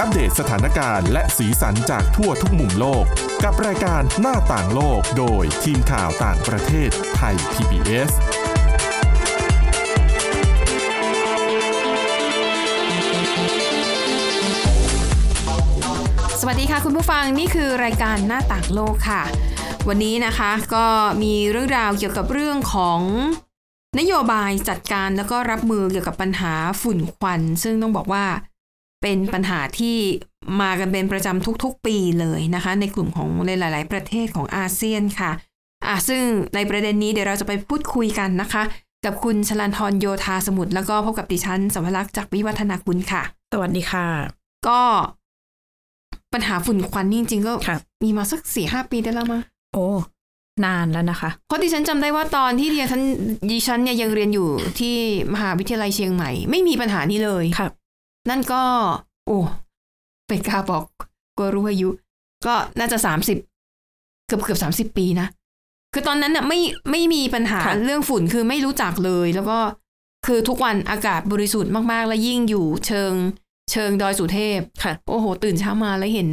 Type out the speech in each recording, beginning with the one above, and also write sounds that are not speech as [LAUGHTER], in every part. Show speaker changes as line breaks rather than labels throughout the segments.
อัปเดตสถานการณ์และสีสันจากทั่วทุกมุมโลก กับรายการหน้าต่างโลกโดยทีมข่าวต่างประเทศไทย PBS
สวัสดีค่ะคุณผู้ฟังนี่คือรายการหน้าต่างโลกค่ะ วันนี้นะคะก็มีเรื่องราวเกี่ยวกับเรื่องของนโยบายจัดการแล้วก็รับมือเกี่ยวกับปัญหาฝุ่นควัน ซึ่งต้องบอกว่าเป็นปัญหาที่มากันเป็นประจำทุกๆปีเลยนะคะ ในกลุ่มของในหลาย ๆ ประเทศของอาเซียนค่ะอ่ะ ซึ่งในประเด็นนี้เดี๋ยวเราจะไปพูดคุยกันนะคะ กับคุณชลันทรโยธาสมุทรแล้วก็พบกับดิฉันสวรักษ์จากวิวัฒนาคุณค่ะ
สวัสดีค่ะ
ก็ปัญหาฝุ่นควันนี่จริงๆก็
ค่ะ
มีมาสักสี่ห้าปีได้แล้วมั้ง
โอ้ นานแล้วนะคะ
เพราะดิฉันจำได้ว่าตอนที่ดิฉันดิฉันเนี่ยยังเรียนอยู่ที่มหาวิทยาลัยเชียงใหม่ ไม่มีปัญหานี้เลย
ค่ะ
นั่นก็ โอ้เป็นกล้าบอกก็รู้อายุ ก็น่าจะสามสิบเกือบเกือบสามสิบปีนะ คือตอนนั้นน่ะไม่ไม่มีปัญหา
ค่ะ
เรื่องฝุ่นคือไม่รู้จักเลย แล้วก็คือทุกวันอากาศบริสุทธิ์มากๆ และยิ่งอยู่เชิง เชิงดอยสุเทพ
ค่ะ
โอ้โห ตื่นเช้ามาแล้วเห็น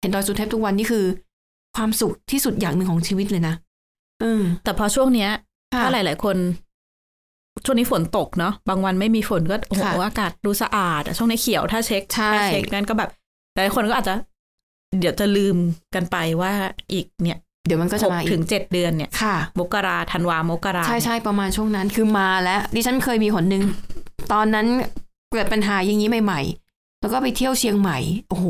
เห็นดอยสุเทพทุกวันนี่คือ ความสุขที่สุดอย่างหนึ่งของชีวิตเลยนะอืม
แต่พอช่วงเนี้ย
ค่ะ
ถ้าหลาย ๆ คน ช่วงนี้ฝนตกเนาะ บางวันไม่มีฝนก็โอ้โห
ค่ะ
อากาศดูสะอาดอะช่วงนี้เขียวถ้าเช็ค
ใช่
ถ้าเช็คนั้นก็แบบหลายคนก็อาจจะ เดี๋ยวจะลืมกันไปว่าอีกเนี่ย
เดี๋ยวมันก็
ห
จะ
ก
มา
ถึ
อีก
งเจ็ดเดือนเนี่ย
ค่ะ
มกราธันวามกรา
ใช่ใช่ประมาณช่วงนั้นคือมาแล้ว ดิฉันเคยมีหนหนึ่ง ตอนนั้นเกิดปัญหาอย่างนี้ใหม่ ๆ แล้วก็ไปเที่ยวเชียงใหม่ โอ้โห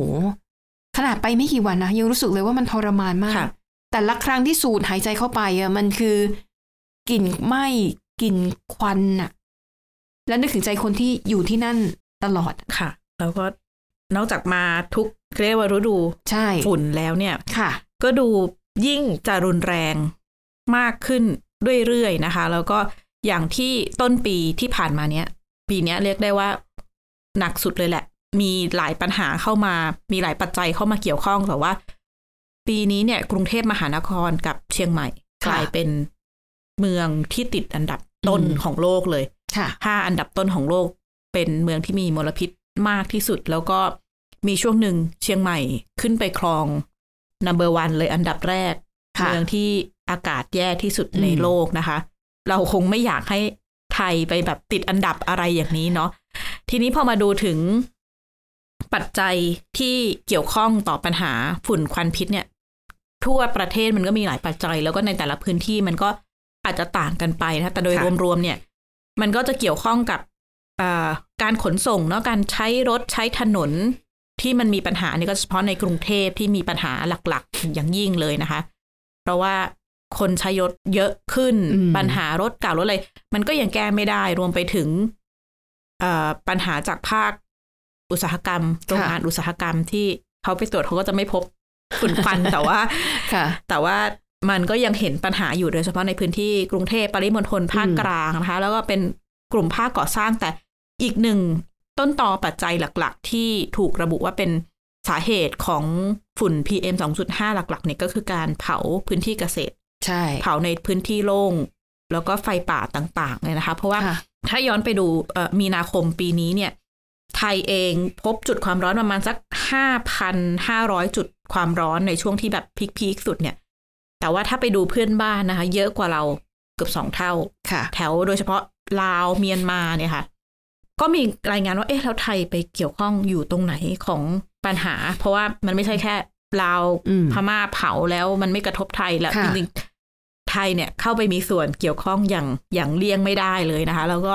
ขนาดไปไม่กี่วันนะ ยังรู้สึกเลยว่ามันทรมานมาก
ค่ะ
แต่ละครั้งที่สูดหายใจเข้าไปอ่ะมันคือกลิ่นไหม้กลิ่นควันอ่ะ แล้วนึกถึงใจคนที่อยู่ที่นั่นตลอด
ค่ะ แล้วก็นอกจากมาทุกเรียกว่าฤดู
ใช่
ฝุ่นแล้วเนี่ย
ค่ะ
ก็ดูยิ่งจะรุนแรงมากขึ้นเรื่อยๆนะคะ แล้วก็อย่างที่ต้นปีที่ผ่านมาเนี้ย ปีเนี้ยเรียกได้ว่าหนักสุดเลยแหละ มีหลายปัญหาเข้ามา มีหลายปัจจัยเข้ามาเกี่ยวข้องแต่ว่า ปีนี้เนี่ย กรุงเทพมหานครกับเชียงใหม่
ค่ะ
กลายเป็นเมืองที่ติดอันดับต้น
อืม
ของโลกเลย
ค่ะ
ห้าอันดับต้นของโลกเป็นเมืองที่มีมลพิษมากที่สุด แล้วก็มีช่วงหนึ่งเชียงใหม่ขึ้นไปครองนัมเบอร์วันเลยอันดับแรก
ค่ะ
เมืองที่อากาศแย่ที่สุด
อืม
ในโลกนะคะ เราคงไม่อยากให้ไทยไปแบบติดอันดับอะไรอย่างนี้เนาะทีนี้พอมาดูถึงปัจจัยที่เกี่ยวข้องต่อปัญหาฝุ่นควันพิษเนี่ย ทั่วประเทศมันก็มีหลายปัจจัย แล้วก็ในแต่ละพื้นที่มันก็อาจจะต่างกันไปนะคะแต่โดย
ค่ะ
รวมๆเนี่ย มันก็จะเกี่ยวข้องกับเอ่อการขนส่งเนาะการใช้รถใช้ถนนที่มันมีปัญหานี่ก็เฉพาะในกรุงเทพที่มีปัญหาหลักๆ อย่างยิ่งเลยนะคะ เพราะว่าคนใช้รถเยอะขึ้น
อืม
ปัญหารถเก่ารถอะไรมันก็ยังแก้ไม่ได้รวมไปถึงเอ่อปัญหาจากภาคอุตสาหกรรมโรงงานอุตสาหกรรมที่เขาไปตรวจเขาก็จะไม่พบฝุ่นควัน [LAUGHS] แต่ว่า
ค่ะ
แต่ว่ามันก็ยังเห็นปัญหาอยู่โดยเฉพาะในพื้นที่กรุงเทพปริมณฑลภาค
อืม
กลางนะคะ แล้วก็เป็นกลุ่มภาคก่อสร้างแต่อีกหนึ่งต้นตอปัจจัยหลัก ๆ ที่ถูกระบุว่าเป็นสาเหตุของฝุ่น PM 2.5 หลักๆเนี่ยก็คือการเผาพื้นที่เกษตร
ใช่
เผาในพื้นที่โล่ง แล้วก็ไฟป่าต่างๆเลยนะคะ เพราะว่า
ค่ะ
ถ้าย้อนไปดูเอ่อมีนาคมปีนี้เนี่ย ไทยเองพบจุดความร้อนประมาณสัก 5,500 จุดความร้อนในช่วงที่แบบพีคๆสุดเนี่ย แต่ว่าถ้าไปดูเพื่อนบ้านนะคะ เยอะกว่าเราเกือบสองเท่า
ค่ะ
แถวโดยเฉพาะลาวเมียนมาเนี่ยค่ะ ก็มีรายงานว่าเอ๊ะแล้วไทยไปเกี่ยวข้องอยู่ตรงไหนของปัญหา เพราะว่ามันไม่ใช่แค่ลาว
อืม
พม่าเผาแล้วมันไม่กระทบไทยแล้ว
ค่ะ
จริงๆไทยเนี่ยเข้าไปมีส่วนเกี่ยวข้องอย่างอย่างเลี่ยงไม่ได้เลยนะคะ แล้วก็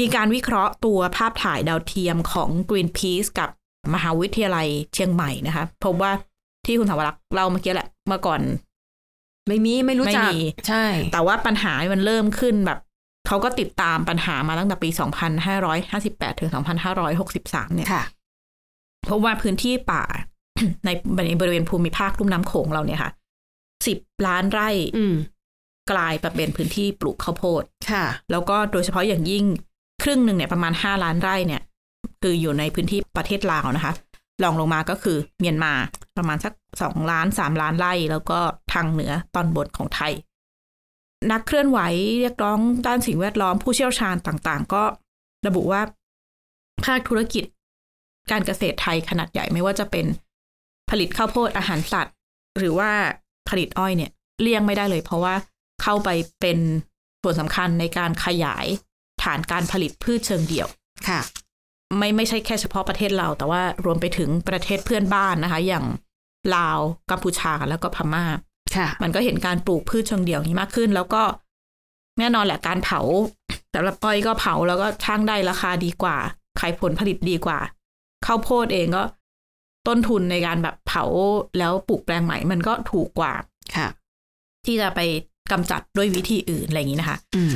มีการวิเคราะห์ตัวภาพถ่ายดาวเทียมของ Greenpeace กับมหาวิทยาลัยเชียงใหม่นะคะพบว่าที่คุณสาวรักษ์เล่าเมื่อกี้แหละเมื่อก่อน
ไม่มีไม่รู้จัก
ไม่มี
ใช่
แต่ว่าปัญหามันเริ่มขึ้นแบบ เขาก็ติดตามปัญหามาตั้งแต่ปี 2558 ถึง 2563 เนี่ย
ค่ะ
เพราะว่าพื้นที่ป่า [COUGHS] ในบริเวณภูมิภาคลุ่มน้ำโขงเราเนี่ยค่ะ 10 ล้านไร่
อืม
กลายมาเป็นพื้นที่ปลูกข้าวโพด
ค่ะ
แล้วก็โดยเฉพาะอย่างยิ่งครึ่งหนึ่งเนี่ยประมาณ 5 ล้านไร่เนี่ย คืออยู่ในพื้นที่ประเทศลาวนะคะรองลงมาก็คือเมียนมาประมาณสัก 2 ล้าน 3 ล้านไร่ แล้วก็ทางเหนือตอนบนของไทย นักเคลื่อนไหวเรียกร้องด้านสิ่งแวดล้อมผู้เชี่ยวชาญต่างๆ ก็ระบุว่าภาคธุรกิจ การเกษตรไทยขนาดใหญ่ไม่ว่าจะเป็นผลิตข้าวโพดอาหารสัตว์ หรือว่าผลิตอ้อยเนี่ยเลี่ยงไม่ได้เลย เพราะว่าเข้าไปเป็นส่วนสำคัญในการขยายฐานการผลิตพืชเชิงเดี่ยว
ค่ะ
ไม่ไม่ใช่แค่เฉพาะประเทศเรา แต่ว่ารวมไปถึงประเทศเพื่อนบ้านนะคะ อย่างลาวกัมพูชาแล้วก็พม่า
ค่ะ
มันก็เห็นการปลูกพืชเชิงเดี่ยวนี้มากขึ้น แล้วก็แน่นอนแหละการเผาสำหรับอ้อยก็เผาแล้วก็ช่างได้ราคาดีกว่า ขายผลผลิตดีกว่าข้าวโพดเองก็ต้นทุนในการแบบเผาแล้วปลูกแปลงใหม่มันก็ถูกกว่า
ค่ะ
ที่จะไปกำจัดด้วยวิธีอื่นอะไรอย่างนี้นะคะ
อืม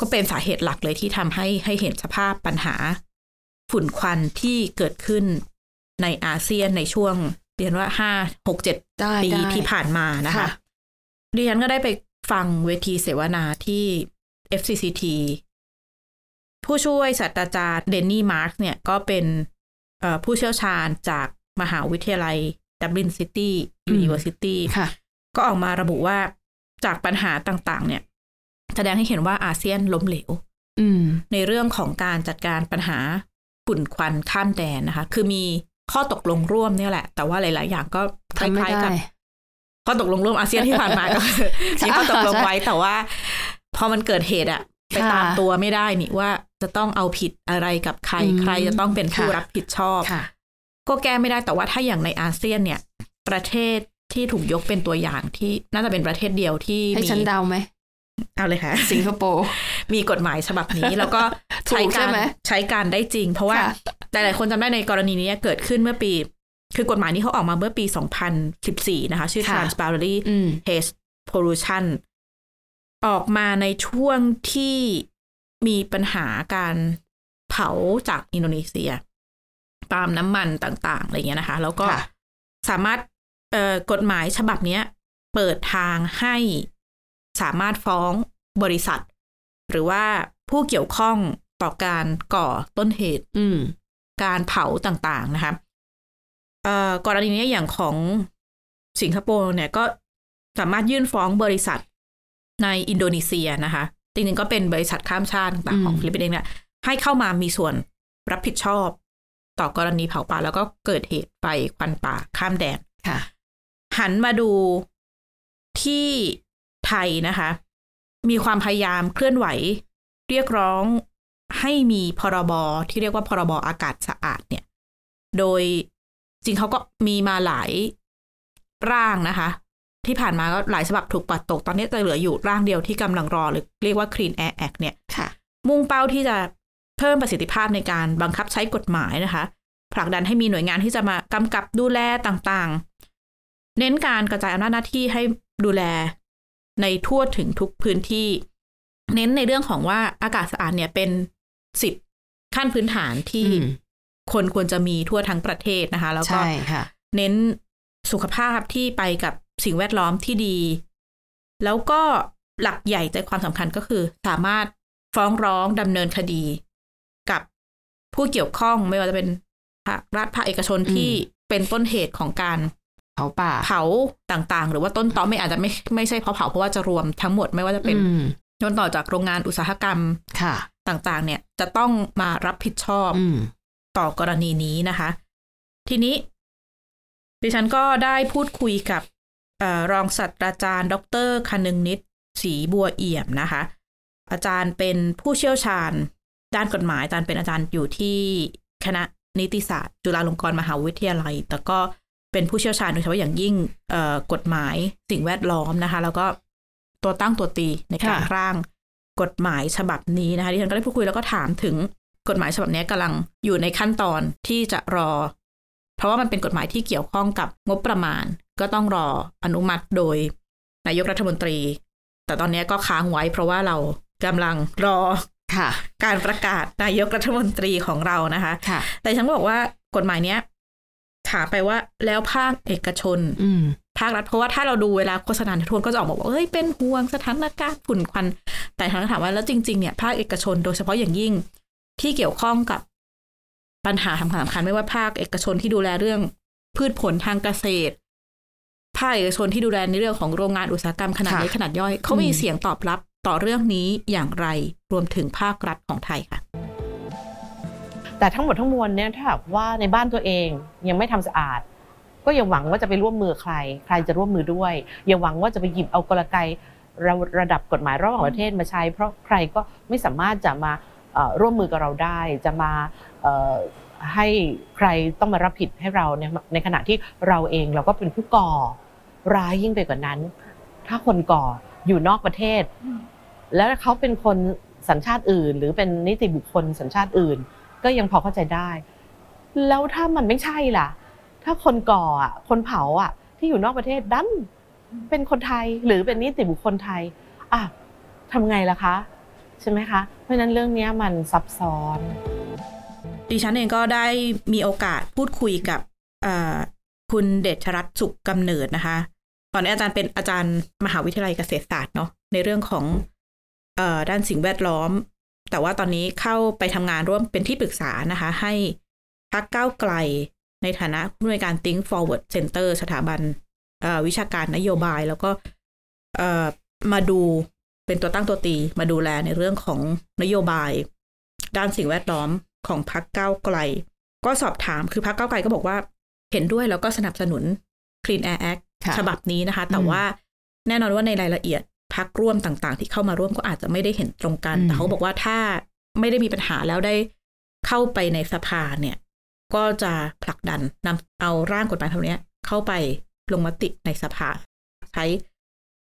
ก็เป็นสาเหตุหลักเลยที่ทำให้ให้เห็นสภาพปัญหา ฝุ่นควันที่เกิดขึ้นในอาเซียนในช่วงเรียนว่าห้าหกเจ็ด
ได้
ปี
ได้
ที่ผ่านมานะคะ
ค่ะ
ดิฉันก็ได้ไปฟังเวทีเสวนาที่ FCCT ผู้ช่วยศาสตราจารย์เดนนี่มาร์กเนี่ยก็เป็นเอ่อผู้เชี่ยวชาญจากมหาวิทยาลัยดับลินซิตี้ยูนิเวอร์ซิตี้
ค่ะ
ก็ออกมาระบุว่าจากปัญหาต่างๆ เนี่ย แสดงให้เห็นว่าอาเซียนล้มเหลว
อืม
ในเรื่องของการจัดการปัญหาฝุ่นควันข้ามแดนนะคะ คือมีข้อตกลงร่วมเนี่ยแหละ แต่ว่าหลาย ๆ อย่างก็ค
ทำไม่
ล้ายๆกั
ได้
บ ข้อตกลงร่วมอาเซียนที่ผ่านมา
[LAUGHS]
ก็
ใช่
มีข้อตกลงไว้แต่ว่า พอมันเกิดเหตุอะไป
ค่ะ
ตามตัวไม่ได้นี่ว่าจะต้องเอาผิดอะไรกับใคร
อืม
ใครจะต้องเป็นผู้
ค่ะ
รับผิดชอบ
ค่ะ
ก็แก้ไม่ได้แต่ว่าถ้าอย่างในอาเซียนเนี่ย ประเทศที่ถูกยกเป็นตัวอย่างที่น่าจะเป็นประเทศเดียวที่
ให้
มี
ฉันเดาไหม
เอาเลยค่ะ
สิงคโปร์
มีกฎหมายฉบับนี้แล้วก็
ถูกใช่
ใช้การ
ไหม
ใช้การได้จริง เพราะว่า
ค่ะ
หลายๆคนจำได้ในกรณีนี้เกิดขึ้นเมื่อปี คือกฎหมายนี้เขาออกมาเมื่อปี 2014 นะคะ ชื่อ
ค่ะ
Transparency
อืม
Haze Pollution ออกมาในช่วงที่มีปัญหาการเผาจากอินโดนีเซียปาล์มน้ำมันต่าง ๆ อะไรเงี้ยนะคะ แล้วก็
ค่ะ
สามารถเอ่อกฎหมายฉบับเนี้ย เปิดทางให้สามารถฟ้องบริษัท หรือว่าผู้เกี่ยวข้องต่อการก่อต้นเหตุ
อืม
การเผาต่างๆนะคะเอ่อกรณีนี้อย่างของสิงคโปร์เนี่ยก็สามารถยื่นฟ้องบริษัทในอินโดนีเซียนะคะ จริงๆก็เป็นบริษัทข้ามชาติต่างๆของ
อืม
ฟิลิปปินส์เองเนี่ยให้เข้ามามีส่วนรับผิดชอบ ต่อกรณีเผาป่า แล้วก็เกิดเหตุไฟควันป่าข้ามแดน
ค่ะ
หันมาดูที่ไทยนะคะ มีความพยายามเคลื่อนไหว เรียกร้องให้มีพรบที่เรียกว่าพรบอากาศสะอาดเนี่ย โดยจริงเขาก็มีมาหลายร่างนะคะ ที่ผ่านมาก็หลายฉบับถูกปัดตก ตอนนี้จะเหลืออยู่ร่างเดียวที่กำลังรอหรือเรียกว่า Clean Air Act เนี่ย
ค่ะ
มุ่งเป้าที่จะเพิ่มประสิทธิภาพในการบังคับใช้กฎหมายนะคะ ผลักดันให้มีหน่วยงานที่จะมากำกับดูแลต่างๆ เน้นการกระจายอำนาจหน้าที่ให้ดูแลในทั่วถึงทุกพื้นที่ เน้นในเรื่องของว่าอากาศสะอาดเนี่ยเป็นสิทธิ์ขั้นพื้นฐานที่
อืม
คนควรจะมีทั่วทั้งประเทศนะคะ แล้วก็
ใช่ค่ะ
เน้นสุขภาพที่ไปกับสิ่งแวดล้อมที่ดี แล้วก็หลักใหญ่ใจความสำคัญก็คือ สามารถฟ้องร้องดำเนินคดี กับผู้เกี่ยวข้องไม่ว่าจะเป็นภาครัฐภาคเอกชน
อืม
ที่เป็นต้นเหตุของการ
เผาป่า
เผาต่างๆ หรือว่าต้นตอไม่อาจจะไม่ไม่ใช่เพราะเผาเพราะว่าจะรวมทั้งหมดไม่ว่าจะเป็น
อืม
ต้นต่อจากโรงงานอุตสาหกรรม
ค่ะ
ต่างๆ เนี่ยจะต้องมารับผิดชอบ
อืม
ต่อกรณีนี้นะคะ ทีนี้ ดิฉันก็ได้พูดคุยกับเออรองศาสตราจารย์ ดรคนึงนิตศรีบัวเอี่ยมนะคะ อาจารย์เป็นผู้เชี่ยวชาญ ด้านกฎหมายอาจารย์เป็นอาจารย์อยู่ที่คณะนิติศาสตร์ จุฬาลงกรณ์มหาวิทยาลัย แต่ก็เป็นผู้เชี่ยวชาญโดยเฉพาะอย่างยิ่งเอ่อกฎหมายสิ่งแวดล้อมนะคะ แล้วก็ตัวตั้งตัวตีในการ
ค่ะ
ร่างกฎหมายฉบับนี้นะคะดิฉันก็ได้พูดคุยแล้วก็ถามถึงกฎหมายฉบับนี้กำลังอยู่ในขั้นตอนที่จะรอ เพราะว่ามันเป็นกฎหมายที่เกี่ยวข้องกับงบประมาณ ก็ต้องรออนุมัติโดยนายกรัฐมนตรี แต่ตอนนี้ก็ค้างไว้ เพราะว่าเรากำลังรอ
ค่ะ
การประกาศนายกรัฐมนตรีของเรานะคะ
ค่ะ
แต่ฉันก็บอกว่ากฎหมายเนี้ยถามไปว่าแล้วภาคเอกชน
อืม
ภาครัฐเพราะว่าถ้าเราดูเวลาโฆษณาทุนก็จะออกมาบอกว่าเฮ้ยเป็นห่วงสถานการณ์ฝุ่นควัน แต่ทางถามว่าแล้วจริงๆเนี่ยภาคเอกชนโดยเฉพาะอย่างยิ่งที่เกี่ยวข้องกับปัญหาสำคัญสำคัญไม่ว่าภาคเอกชนที่ดูแลเรื่องพืชผลทางเกษตร ภาคเอกชนที่ดูแลในเรื่องของโรงงานอุตสาหกรรมขนาด
ค่ะ
เล็กขนาดย่อยเขามี
อืม
เสียงตอบรับต่อเรื่องนี้อย่างไรรวมถึงภาครัฐของไทยค่ะ
แต่ทั้งหมดทั้งมวลเนี่ยถ้าหากว่าในบ้านตัวเองยังไม่ทำสะอาด ก็อย่าหวังว่าจะไปร่วมมือใคร ใครจะร่วมมือด้วย อย่าหวังว่าจะไปหยิบเอากลไกระระดับกฎหมายระหว่างประเทศมาใช้ เพราะใครก็ไม่สามารถจะมาเอ่อร่วมมือกับเราได้ จะมาเอ่อให้ใครต้องมารับผิดให้เราในในขณะที่เราเองเราก็เป็นผู้ก่อร้ายยิ่งไปกว่านั้น ถ้าคนก่ออยู่นอกประเทศ แล้วเขาเป็นคนสัญชาติอื่น หรือเป็นนิติบุคคลสัญชาติอื่น ก็ยังพอเข้าใจได้ แล้วถ้ามันไม่ใช่ล่ะ ถ้าคนก่ออ่ะ คนเผาอ่ะ ที่อยู่นอกประเทศดันเป็นคนไทยหรือเป็นนิติบุคคลไทย อ่ะทำไงล่ะคะ ใช่ไหมคะ เพราะฉะนั้นเรื่องเนี้ยมันซับซ้อน
ดิฉันเองก็ได้มีโอกาสพูดคุยกับเอ่อคุณเดชรัตน์สุขกำเนิดนะคะ ตอนนี้อาจารย์เป็นอาจารย์มหาวิทยาลัยเกษตรศาสตร์เนาะในเรื่องของเอ่อด้านสิ่งแวดล้อม แต่ว่าตอนนี้เข้าไปทำงานร่วมเป็นที่ปรึกษานะคะ ให้พักก้าวไกลในฐานะผู้อำนวยการ Think Forward Center สถาบันเอ่อวิชาการนโยบายแล้วก็เอ่อมาดูเป็นตัวตั้งตัวตี มาดูแลในเรื่องของนโยบาย ด้านสิ่งแวดล้อมของพักก้าวไกล ก็สอบถามคือพักก้าวไกลก็บอกว่า เห็นด้วยแล้วก็สนับสนุน Clean Air Act
ค่ะ
ฉบับนี้นะคะ แต่
อืม
ว่าแน่นอนว่าในรายละเอียดพักร่วมต่างๆ ที่เข้ามาร่วมก็อาจจะไม่ได้เห็นตรงกัน
อืม
แต่เขาบอกว่าถ้าไม่ได้มีปัญหาแล้วได้เข้าไปในสภาเนี่ย ก็จะผลักดันนำเอาร่างกฎหมายเท่านี้ยเข้าไปลงมติในสภา ใช้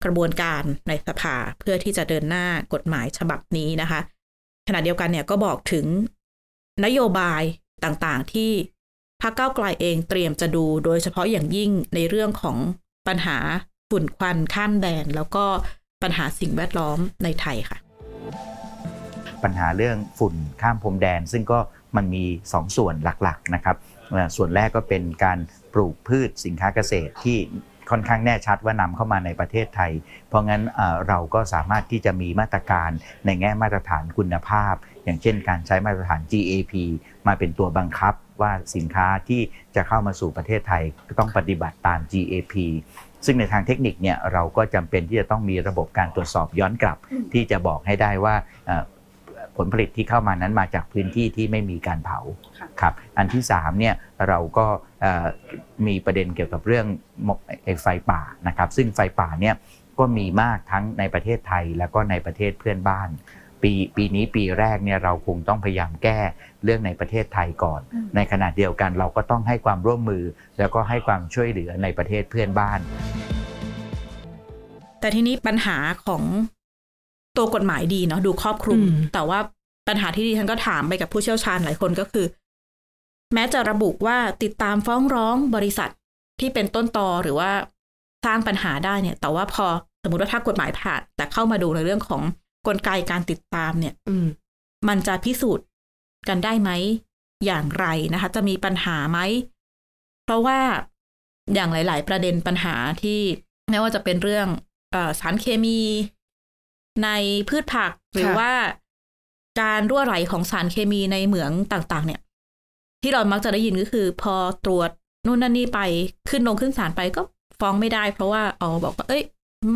กระบวนการในสภาเพื่อที่จะเดินหน้ากฎหมายฉบับนี้นะคะ ขณะเดียวกันเนี่ยก็บอกถึงนโยบายต่างๆ ที่พรรคก้าวไกลเองเตรียมจะดูโดยเฉพาะอย่างยิ่งในเรื่องของปัญหาฝุ่นควันข้ามแดน แล้วก็ปัญหาสิ่งแวดล้อมในไทยค่ะ
ปัญหาเรื่องฝุ่นข้ามพรมแดน ซึ่งก็มันมี 2 ส่วนหลักๆนะครับเอ่อส่วนแรกก็เป็นการปลูกพืชสินค้าเกษตรที่ค่อนข้างแน่ชัดว่านำเข้ามาในประเทศไทย เพราะงั้นเอ่อเราก็สามารถที่จะมีมาตรการในแง่มาตรฐานคุณภาพ อย่างเช่นการใช้มาตรฐาน GAP มาเป็นตัวบังคับว่าสินค้าที่จะเข้ามาสู่ประเทศไทยก็ต้องปฏิบัติตาม GAP ซึ่งในทางเทคนิคเนี่ยเราก็จำเป็นที่จะต้องมีระบบการตรวจสอบย้อนกลับ ที่จะบอกให้ได้ว่าเอ่อผลผลิตที่เข้ามานั้นมาจากพื้นที่ที่ไม่มีการเผาครับอันที่3เนี่ยเราก็เอ่อมีประเด็นเกี่ยวกับเรื่องมกไอ้ไฟป่านะครับซึ่งไฟป่าเนี่ยก็มีมากทั้งในประเทศไทยแล้วก็ในประเทศเพื่อนบ้าน ปีปีนี้ปีแรกเนี่ยเราคงต้องพยายามแก้เรื่องในประเทศไทยก่อน ในขณะเดียวกันเราก็ต้องให้ความร่วมมือ แล้วก็ให้ความช่วยเหลือในประเทศเพื่อนบ้าน
แต่ทีนี้ปัญหาของตัวกฎหมายดีเนาะดูครอบคลุม
อืม
แต่ว่าปัญหาที่ดิฉันก็ถามไปกับผู้เชี่ยวชาญหลายคนก็คือ แม้จะระบุว่าติดตามฟ้องร้องบริษัทที่เป็นต้นตอหรือว่าสร้างปัญหาได้เนี่ย แต่ว่าพอสมมติว่าถ้ากฎหมายผ่าน แต่เข้ามาดูในเรื่องของกลไกการติดตามเนี่ย
อืม
มันจะพิสูจน์กันได้ไหม อย่างไรนะคะ จะมีปัญหาไหม เพราะว่าอย่างหลาย ๆ ประเด็นปัญหาที่ไม่ว่าจะเป็นเรื่องเออสารเคมีในพืชผักหรือว่าการรั่วไหลของสารเคมีในเหมืองต่าง ๆ เนี่ย ที่เรามักจะได้ยินก็คือ พอตรวจนู่นนั่นนี่ไปขึ้นลงขึ้นศาลไปก็ฟ้องไม่ได้ เพราะว่าอ๋อบอกว่าเอ้ย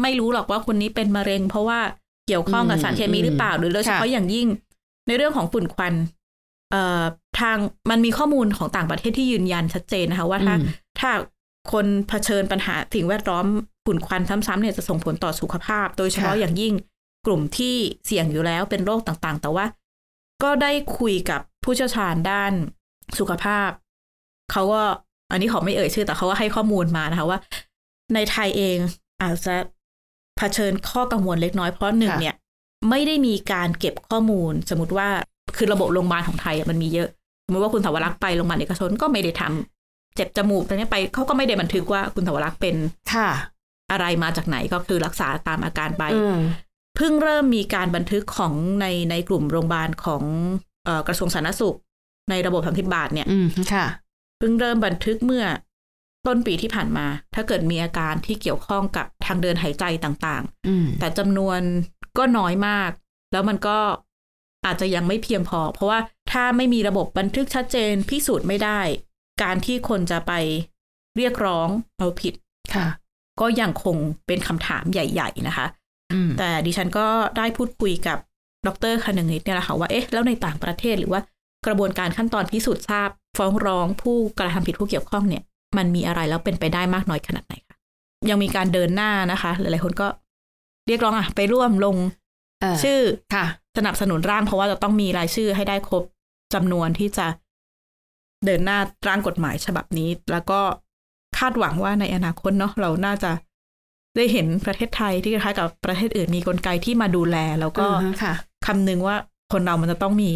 ไม่รู้หรอกว่าคนนี้เป็นมะเร็ง เพราะว่าเกี่ยวข้องกับสารเคมีหรือเปล่า หรือโดยเฉพาะอย่างยิ่ง ในเรื่องของฝุ่นควันเอ่อทางมันมีข้อมูลของต่างประเทศที่ยืนยันชัดเจนนะคะว่าถ้า
อืม
ถ้าคนเผชิญปัญหาสิ่งแวดล้อมฝุ่นควันซ้ำๆเนี่ยจะส่งผลต่อสุขภาพ โดยเฉพาะอย่างยิ่งกลุ่มที่เสี่ยงอยู่แล้วเป็นโรคต่างๆ แต่ว่า ก็ได้คุยกับผู้เชี่ยวชาญด้านสุขภาพ เขาก็อันนี้ขอไม่เอ่ยชื่อ แต่เขาก็ให้ข้อมูลมานะคะว่า ในไทยเองอาจจะเผชิญข้อกังวลเล็กน้อยเพราะหนึ่ง
ค่ะ
เนี่ย ไม่ได้มีการเก็บข้อมูล สมมติว่าคือระบบโรงพยาบาลของไทยอะมันมีเยอะ สมมติว่าคุณสาวรักษ์ไปโรงพยาบาลเอกชนก็ไม่ได้ทำเจ็บจมูกตรงนี้ยไปเขาก็ไม่ได้บันทึกว่าคุณสาวรักษ์เป็น
ค่ะ
อะไรมาจากไหนก็คือรักษาตามอาการไป
อืม
เพิ่งเริ่มมีการบันทึกของในในกลุ่มโรงพยาบาลของเอ่อกระทรวงสาธารณสุข ในระบบสามสิบบาทเนี่ย
อืม ค่ะ
เพิ่งเริ่มบันทึกเมื่อต้นปีที่ผ่านมา ถ้าเกิดมีอาการที่เกี่ยวข้องกับทางเดินหายใจต่าง
อืม
ๆ แต่จำนวนก็น้อยมาก แล้วมันก็อาจจะยังไม่เพียงพอ เพราะว่าถ้าไม่มีระบบบันทึกชัดเจนพิสูจน์ไม่ได้ การที่คนจะไปเรียกร้องเอาผิด
ค่ะ
ก็ยังคงเป็นคำถามใหญ่ ๆ นะคะ
อืม
แต่ดิฉันก็ได้พูดคุยกับดรคนึงนิดเนี่ยแหละค่ะว่าเอ๊ะแล้วในต่างประเทศหรือว่า กระบวนการขั้นตอนพิสูจน์ทราบ ฟ้องร้องผู้กระทำผิดผู้เกี่ยวข้องเนี่ย มันมีอะไรแล้วเป็นไปได้มากน้อยขนาดไหนคะยังมีการเดินหน้านะคะ หลายๆคนก็เรียกร้องอ่ะไปร่วมลง
เ
ชื่อ
ค่ะ
สนับสนุนร่างเพราะว่าจะต้องมีรายชื่อให้ได้ครบจำนวนที่จะเดินหน้าร่างกฎหมายฉบับนี้ แล้วก็คาดหวังว่าในอนาคตเนาะเราน่าจะได้เห็นประเทศไทยที่คล้ายๆกับประเทศอื่นมีกลไกที่มาดูแล แล้วก็
อือฮะค่ะ
คำนึงว่าคนเรามันจะต้องมี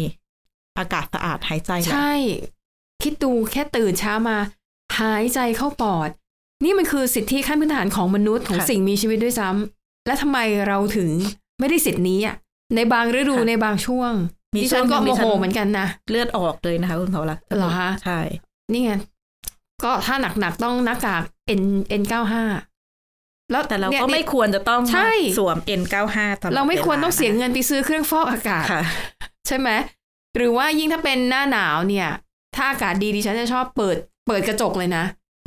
อากาศสะอาดหายใจแหละ
ใช่ คิดดูแค่ตื่นเช้ามา หายใจเข้าปอด นี่มันคือสิทธิขั้นพื้นฐานของมนุษย์ของสิ่งมีชีวิตด้วยซ้ำและทำไมเราถึงไม่ได้สิทธินี้อ่ะในบางฤดูในบางช่วงดิฉันก็
ช่วงห
โม
ง
โหเหมือนกันนะ
เลือดออกเลยนะคะคุณเขาละ
เหรอคะ
ใช่
นี่ไง ก็ถ้าหนักๆต้องหน้ากาก N N95 แล้ว
แต่เรา
นี่ย
ก็ไม่ควรจะต้อง
ใช่
สวม N95 ตลอด
เราไม่ควร
วล
ต้องเสีย
นะ
เงินไปซื้อเครื่องฟอกอากาศ
ค่ะ
ใช่ไหมหรือว่ายิ่งถ้าเป็นหน้าหนาวเนี่ย ถ้าอากาศดีดิฉันจะชอบเปิด เปิดกระจกเลยนะ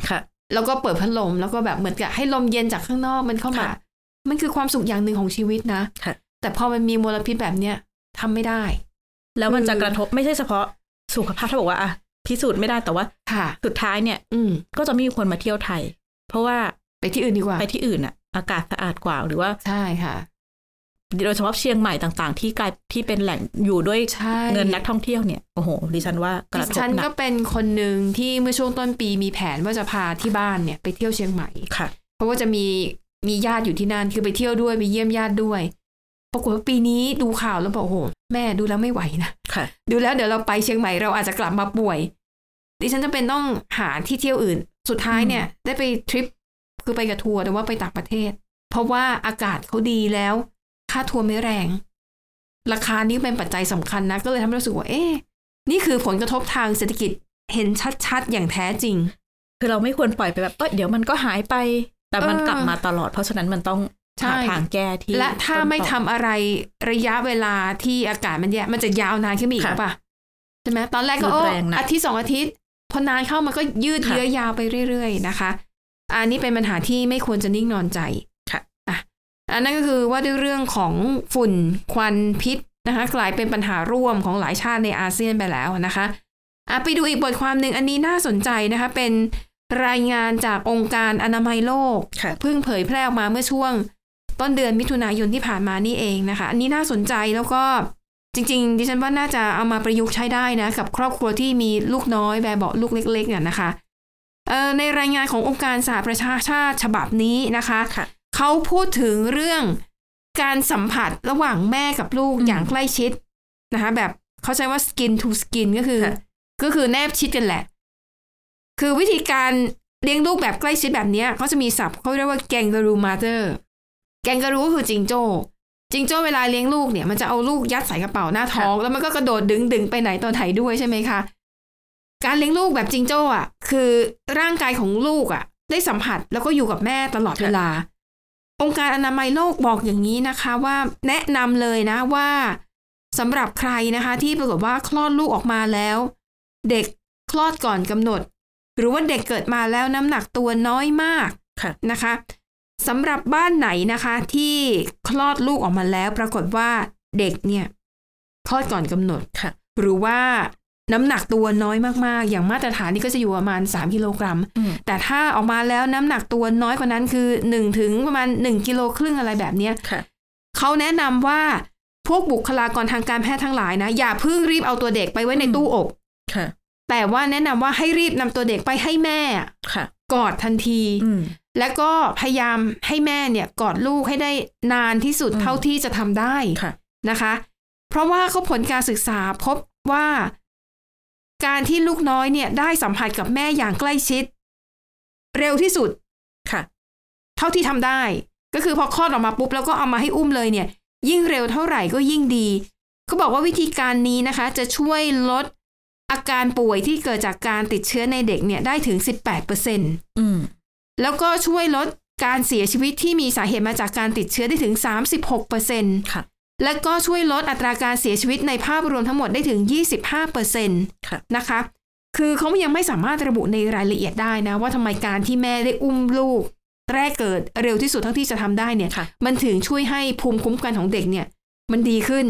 ค่ะ
แล้วก็เปิดพัดลมแล้วก็แบบเหมือนกับให้ลมเย็นจากข้างนอกมันเข้ามา
ค่ะ
มันคือความสุขอย่างหนึ่งของชีวิตนะ
ค่ะ
แต่พอมันมีมลพิษแบบเนี้ยทำไม่ได้
แล้วมันจะ
คือ
กระทบไม่ใช่เฉพาะสุขภาพถ้าบอกว่าอะพิสูจน์ไม่ได้แต่ว่า
ค่ะ
สุดท้ายเนี่ย
อืม
ก็จะไม่มีคนมาเที่ยวไทย เพราะว่า
ไปที่อื่นดีกว่า
ไปที่อื่นอะอากาศสะอาดกว่าหรือว่า
ใช่ค่ะ
โดยเฉพาะเชียงใหม่ต่างๆ ที่กลายที่เป็นแหล่งอยู่ด้วย
ใช่
เงินนักท่องเที่ยวเนี่ยโอ้โหดิฉันว่าก
ดิ
ระทบ
ฉัน
หนั
ก็
ก
เป็นคนหนึ่งที่เมื่อช่วงต้นปีมีแผนว่าจะพาที่บ้านเนี่ยไปเที่ยวเชียงใหม่
ค่ะ
เพราะว่าจะมีมีญาติอยู่ที่นั่นคือไปเที่ยวด้วยไปเยี่ยมญาติด้วย ปรากฏว่าปีนี้ดูข่าวแล้วบอกโอ้โหแม่ดูแล้วไม่ไหวนะ
ค่ะ
ดูแล้วเดี๋ยวเราไปเชียงใหม่เราอาจจะกลับมาป่วย ดิฉันจะเป็นต้องหาที่เที่ยวอื่น สุดท้ายเนี่ย ได้ไปทริปคือไปกับทัวร์แต่ว่าไปต่างประเทศ เพราะว่าอากาศเขาดีแล้ว ค่าทัวร์ไม่แรง ราคานี้เป็นปัจจัยสำคัญนะ ก็เลยทำให้รู้สึกว่า เอ๊ะนี่คือผลกระทบทางเศรษฐกิจเห็นชัดๆ อย่างแท้จริง
คือเราไม่ควรปล่อยไปแบบเอ้ยเดี๋ยวมันก็หายไป แต่มัน
เออก
ลับมาตลอด เพราะฉะนั้นมันต้อง
ใช่
หาทางแก้ที่
และถ้า
ต้นต่อ
ไม่ทำอะไรระยะเวลาที่อากาศมันแย่มันจะยาวนานขึ้นไปอีกห
ค่ะ
รือเปล่าใช่ไหมตอนแรกก็
รุน
โอ้
แรงนะ
อาทิตย์สองอาทิตย์ พอนานเข้ามันก็ยืด
ค่ะ
เยื้อยาวไปเรื่อย ๆ นะคะ อันนี้เป็นปัญหาที่ไม่ควรจะนิ่งนอนใจ
ค่ะ
อ่ะอันนั้นก็คือว่าด้วยเรื่องของฝุ่นควันพิษนะคะ กลายเป็นปัญหาร่วมของหลายชาติในอาเซียนไปแล้วนะคะอ่ะไปดูอีกบทความหนึ่งอันนี้น่าสนใจนะคะ เป็นรายงานจากองค์การอนามัยโลก
ค่ะ
เพิ่งเผยแพร่ออกมาเมื่อช่วง ต้นเดือนมิถุนายนที่ผ่านมานี่เองนะคะ อันนี้น่าสนใจแล้วก็จริง ๆ ดิฉันว่าน่าจะเอามาประยุกต์ใช้ได้นะ กับครอบครัวที่มีลูกน้อยแบบเบาะลูกเล็กๆเนี่ยนะคะเอ่อในรายงานขององค์การสหประชาชาติฉบับนี้นะคะ
ค่ะ
เขาพูดถึงเรื่องการสัมผัสระหว่างแม่กับลูก
อืม
อย่างใกล้ชิดนะคะแบบเขาใช้ว่า skin to skin ก็คือ
ค่ะ
ก็คือแนบชิดกันแหละ คือวิธีการเลี้ยงลูกแบบใกล้ชิดแบบเนี้ยเขาจะมีศัพท์เขาเรียกว่าแกงก r รูมาเตอร์แกงก r รูก็คือจิงโจ้จิงโจ้เวลาเลี้ยงลูกเนี่ยมันจะเอาลูกยัดใส่กระเป๋าหน้าท้อง แล้วมันก็กระโดดดึงดึงไปไหนตอนไหนด้วยใช่ไหมคะ การเลี้ยงลูกแบบจิงโจ้อ่ะ คือร่างกายของลูกอ่ะ ได้สัมผัสแล้วก็อยู่กับแม่ตลอดเวลา องค์การอนามัยโลกบอกอย่างนี้นะคะว่าแนะนำเลยนะว่าสำหรับใครนะคะที่ปรากฏว่าคลอดลูกออกมาแล้ว เด็กคลอดก่อนกำหนด หรือว่าเด็กเกิดมาแล้วน้ำหนักตัวน้อยมาก
ค่ะ
นะคะสำหรับบ้านไหนนะคะที่คลอดลูกออกมาแล้ว ปรากฏว่าเด็กเนี่ยคลอดก่อนกำหนด
ค่ะ
หรือว่าน้ำหนักตัวน้อยมากๆ อย่างมาตรฐานนี่ก็จะอยู่ประมาณ 3 กิโลกรัม
อืม
แต่ถ้าออกมาแล้วน้ำหนักตัวน้อยกว่านั้นคือ1ถึงประมาณ 1 กิโลครึ่งอะไรแบบเนี้ย
ค่ะ
เขาแนะนำว่าพวกบุคลากรทางการแพทย์ทั้งหลายนะ อย่าเพิ่งรีบเอาตัวเด็กไปไว้ใน
อืม
ตู้อบ
ค่ะ
แต่ว่าแนะนำว่าให้รีบนำตัวเด็กไปให้แม่
ค่ะ
กอดทันที
อืม
แล้วก็พยายามให้แม่เนี่ยกอดลูกให้ได้นานที่สุด
อืม
เท่าที่จะทำได้
ค่ะ
นะคะ เพราะว่าเขาผลการศึกษาพบว่า การที่ลูกน้อยเนี่ยได้สัมผัสกับแม่อย่างใกล้ชิด เร็วที่สุด
ค่ะ
เท่าที่ทำได้ ก็คือพอคลอดออกมาปุ๊บแล้วก็เอามาให้อุ้มเลยเนี่ย ยิ่งเร็วเท่าไหร่ก็ยิ่งดีเขาบอกว่าวิธีการนี้นะคะ จะช่วยลดอาการป่วยที่เกิดจากการติดเชื้อในเด็กเนี่ยได้ถึง 18%
อืม
แล้วก็ช่วยลดการเสียชีวิตที่มีสาเหตุมาจากการติดเชื้อได้ถึง 36%
ค่ะ
และก็ช่วยลดอัตราการเสียชีวิตในภาพรวมทั้งหมดได้ถึง 25%
ค่ะ
นะคะ คือเขายังไม่สามารถระบุในรายละเอียดได้นะ ว่าทำไมการที่แม่ได้อุ้มลูก แรกเกิดเร็วที่สุดเท่าที่จะทำได้เนี่ย
ค่ะ
มันถึงช่วยให้ภูมิคุ้มกันของเด็กเนี่ย มันดีขึ้น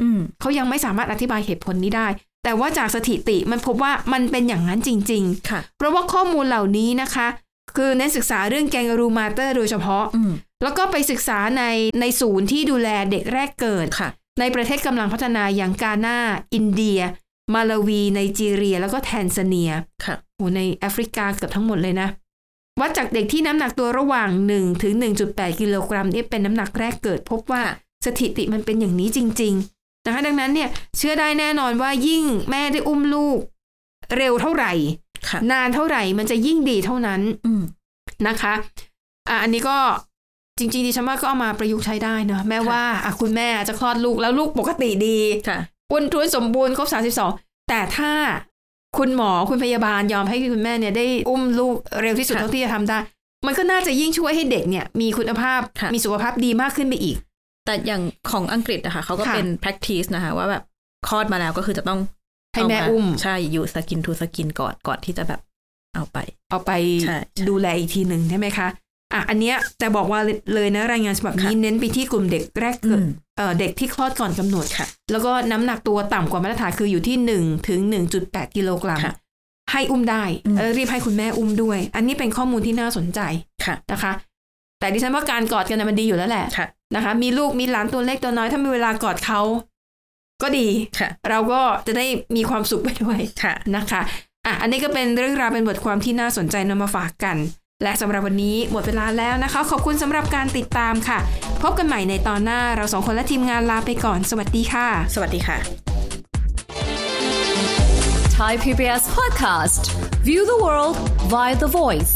อืม
เขายังไม่สามารถอธิบายเหตุผลนี้ได้ แต่ว่าจากสถิติมันพบว่ามันเป็นอย่างนั้นจริง
ค่ะ
ๆ เพราะว่าข้อมูลเหล่านี้นะคะ คือเน้นศึกษาเรื่องแกงรูมาเตอร์โดยเฉพาะ
อืม
แล้วก็ไปศึกษาในในศูนย์ที่ดูแลเด็กแรกเกิด
ค่ะ
ในประเทศกำลังพัฒนาอย่างกาหน้า อินเดีย มาลาวี ไนจีเรีย แล้วก็แทนซาเนีย
ค่ะ
โอ้ในแอฟริกาเกือบทั้งหมดเลยนะ วัดจากเด็กที่น้ำหนักตัวระหว่าง 1 ถึง 1.8 กิโลกรัมนี่เป็นน้ำหนักแรกเกิด พบว่าสถิติมันเป็นอย่างนี้จริงๆนะคะดังนั้นเนี่ยเชื่อได้แน่นอนว่ายิ่งแม่ได้อุ้มลูก เร็วเท่าไหร่
ค่ะ
นานเท่าไหร่มันจะยิ่งดีเท่านั้น
อืม
นะคะอ่ะอันนี้ก็จริงๆดิฉันว่าก็เอามาประยุกต์ใช้ได้เนอะแม้
ค่ะ
ว่าอ่ะคุณแม่จะคลอดลูกแล้วลูกปกติดี
ค่ะ
อ้วนท้วนสมบูรณ์ครบ 32 แต่ถ้าคุณหมอคุณพยาบาลยอมให้คุณแม่เนี่ยได้อุ้มลูกเร็วที่สุด
ค่ะ
เท่าที่จะทำได้ มันก็น่าจะยิ่งช่วยให้เด็กเนี่ย มีคุณภาพ
ค่ะ
มีสุขภาพดีมากขึ้นไปอีก
แต่อย่างของอังกฤษนะคะเขาก็
ค่ะ
เป็น practice นะคะ ว่าแบบคลอดมาแล้วก็คือจะต้อง
ให้
เา
แม่อุ้ม
ใช่อยู่สกินทูสกินก่อนก่อนที่จะแบบเอาไป
เอาไป
ใช่ใช่
ดูแลอีกทีหนึ่งใช่ไหมคะอ่ะอันเนี้ยแต่บอกว่าเลยนะรายงานฉบับนี้เน้นไปที่กลุ่มเด็กแรกเกิด
อืม
เอ่อเด็กที่คลอดก่อนกำหนด
ค่ะ
แล้วก็น้ำหนักตัวต่ำกว่ามาตรฐานคืออยู่ที่หนึ่งถึงหนึ่งจุดแปดกิโลกรัม
ค่ะ
ให้อุ้มได้
อืม
เออรีบให้คุณแม่อุ้มด้วย อันนี้เป็นข้อมูลที่น่าสนใจ
ค่ะ
นะคะ แต่ดิฉันว่าการกอดกันนะมันดีอยู่แล้วแหละ
ค่ะ
นะคะ มีลูกมีหลานตัวเล็กตัวน้อย ถ้ามีเวลากอดเขา ก็ดี
ค่ะ
เราก็จะได้มีความสุขไปด้วย
ค่ะ
นะคะอ่ะอันนี้ก็เป็นเรื่องราวเป็นบทความที่น่าสนใจนำมาฝากกัน และสำหรับวันนี้หมดเวลาแล้วนะคะ ขอบคุณสำหรับการติดตามค่ะ พบกันใหม่ในตอนหน้าเราสองคนและทีมงานลาไปก่อนสวัสดีค่ะ
สวัสดีค่ะ
Thai PBS podcast. View the world via the voice.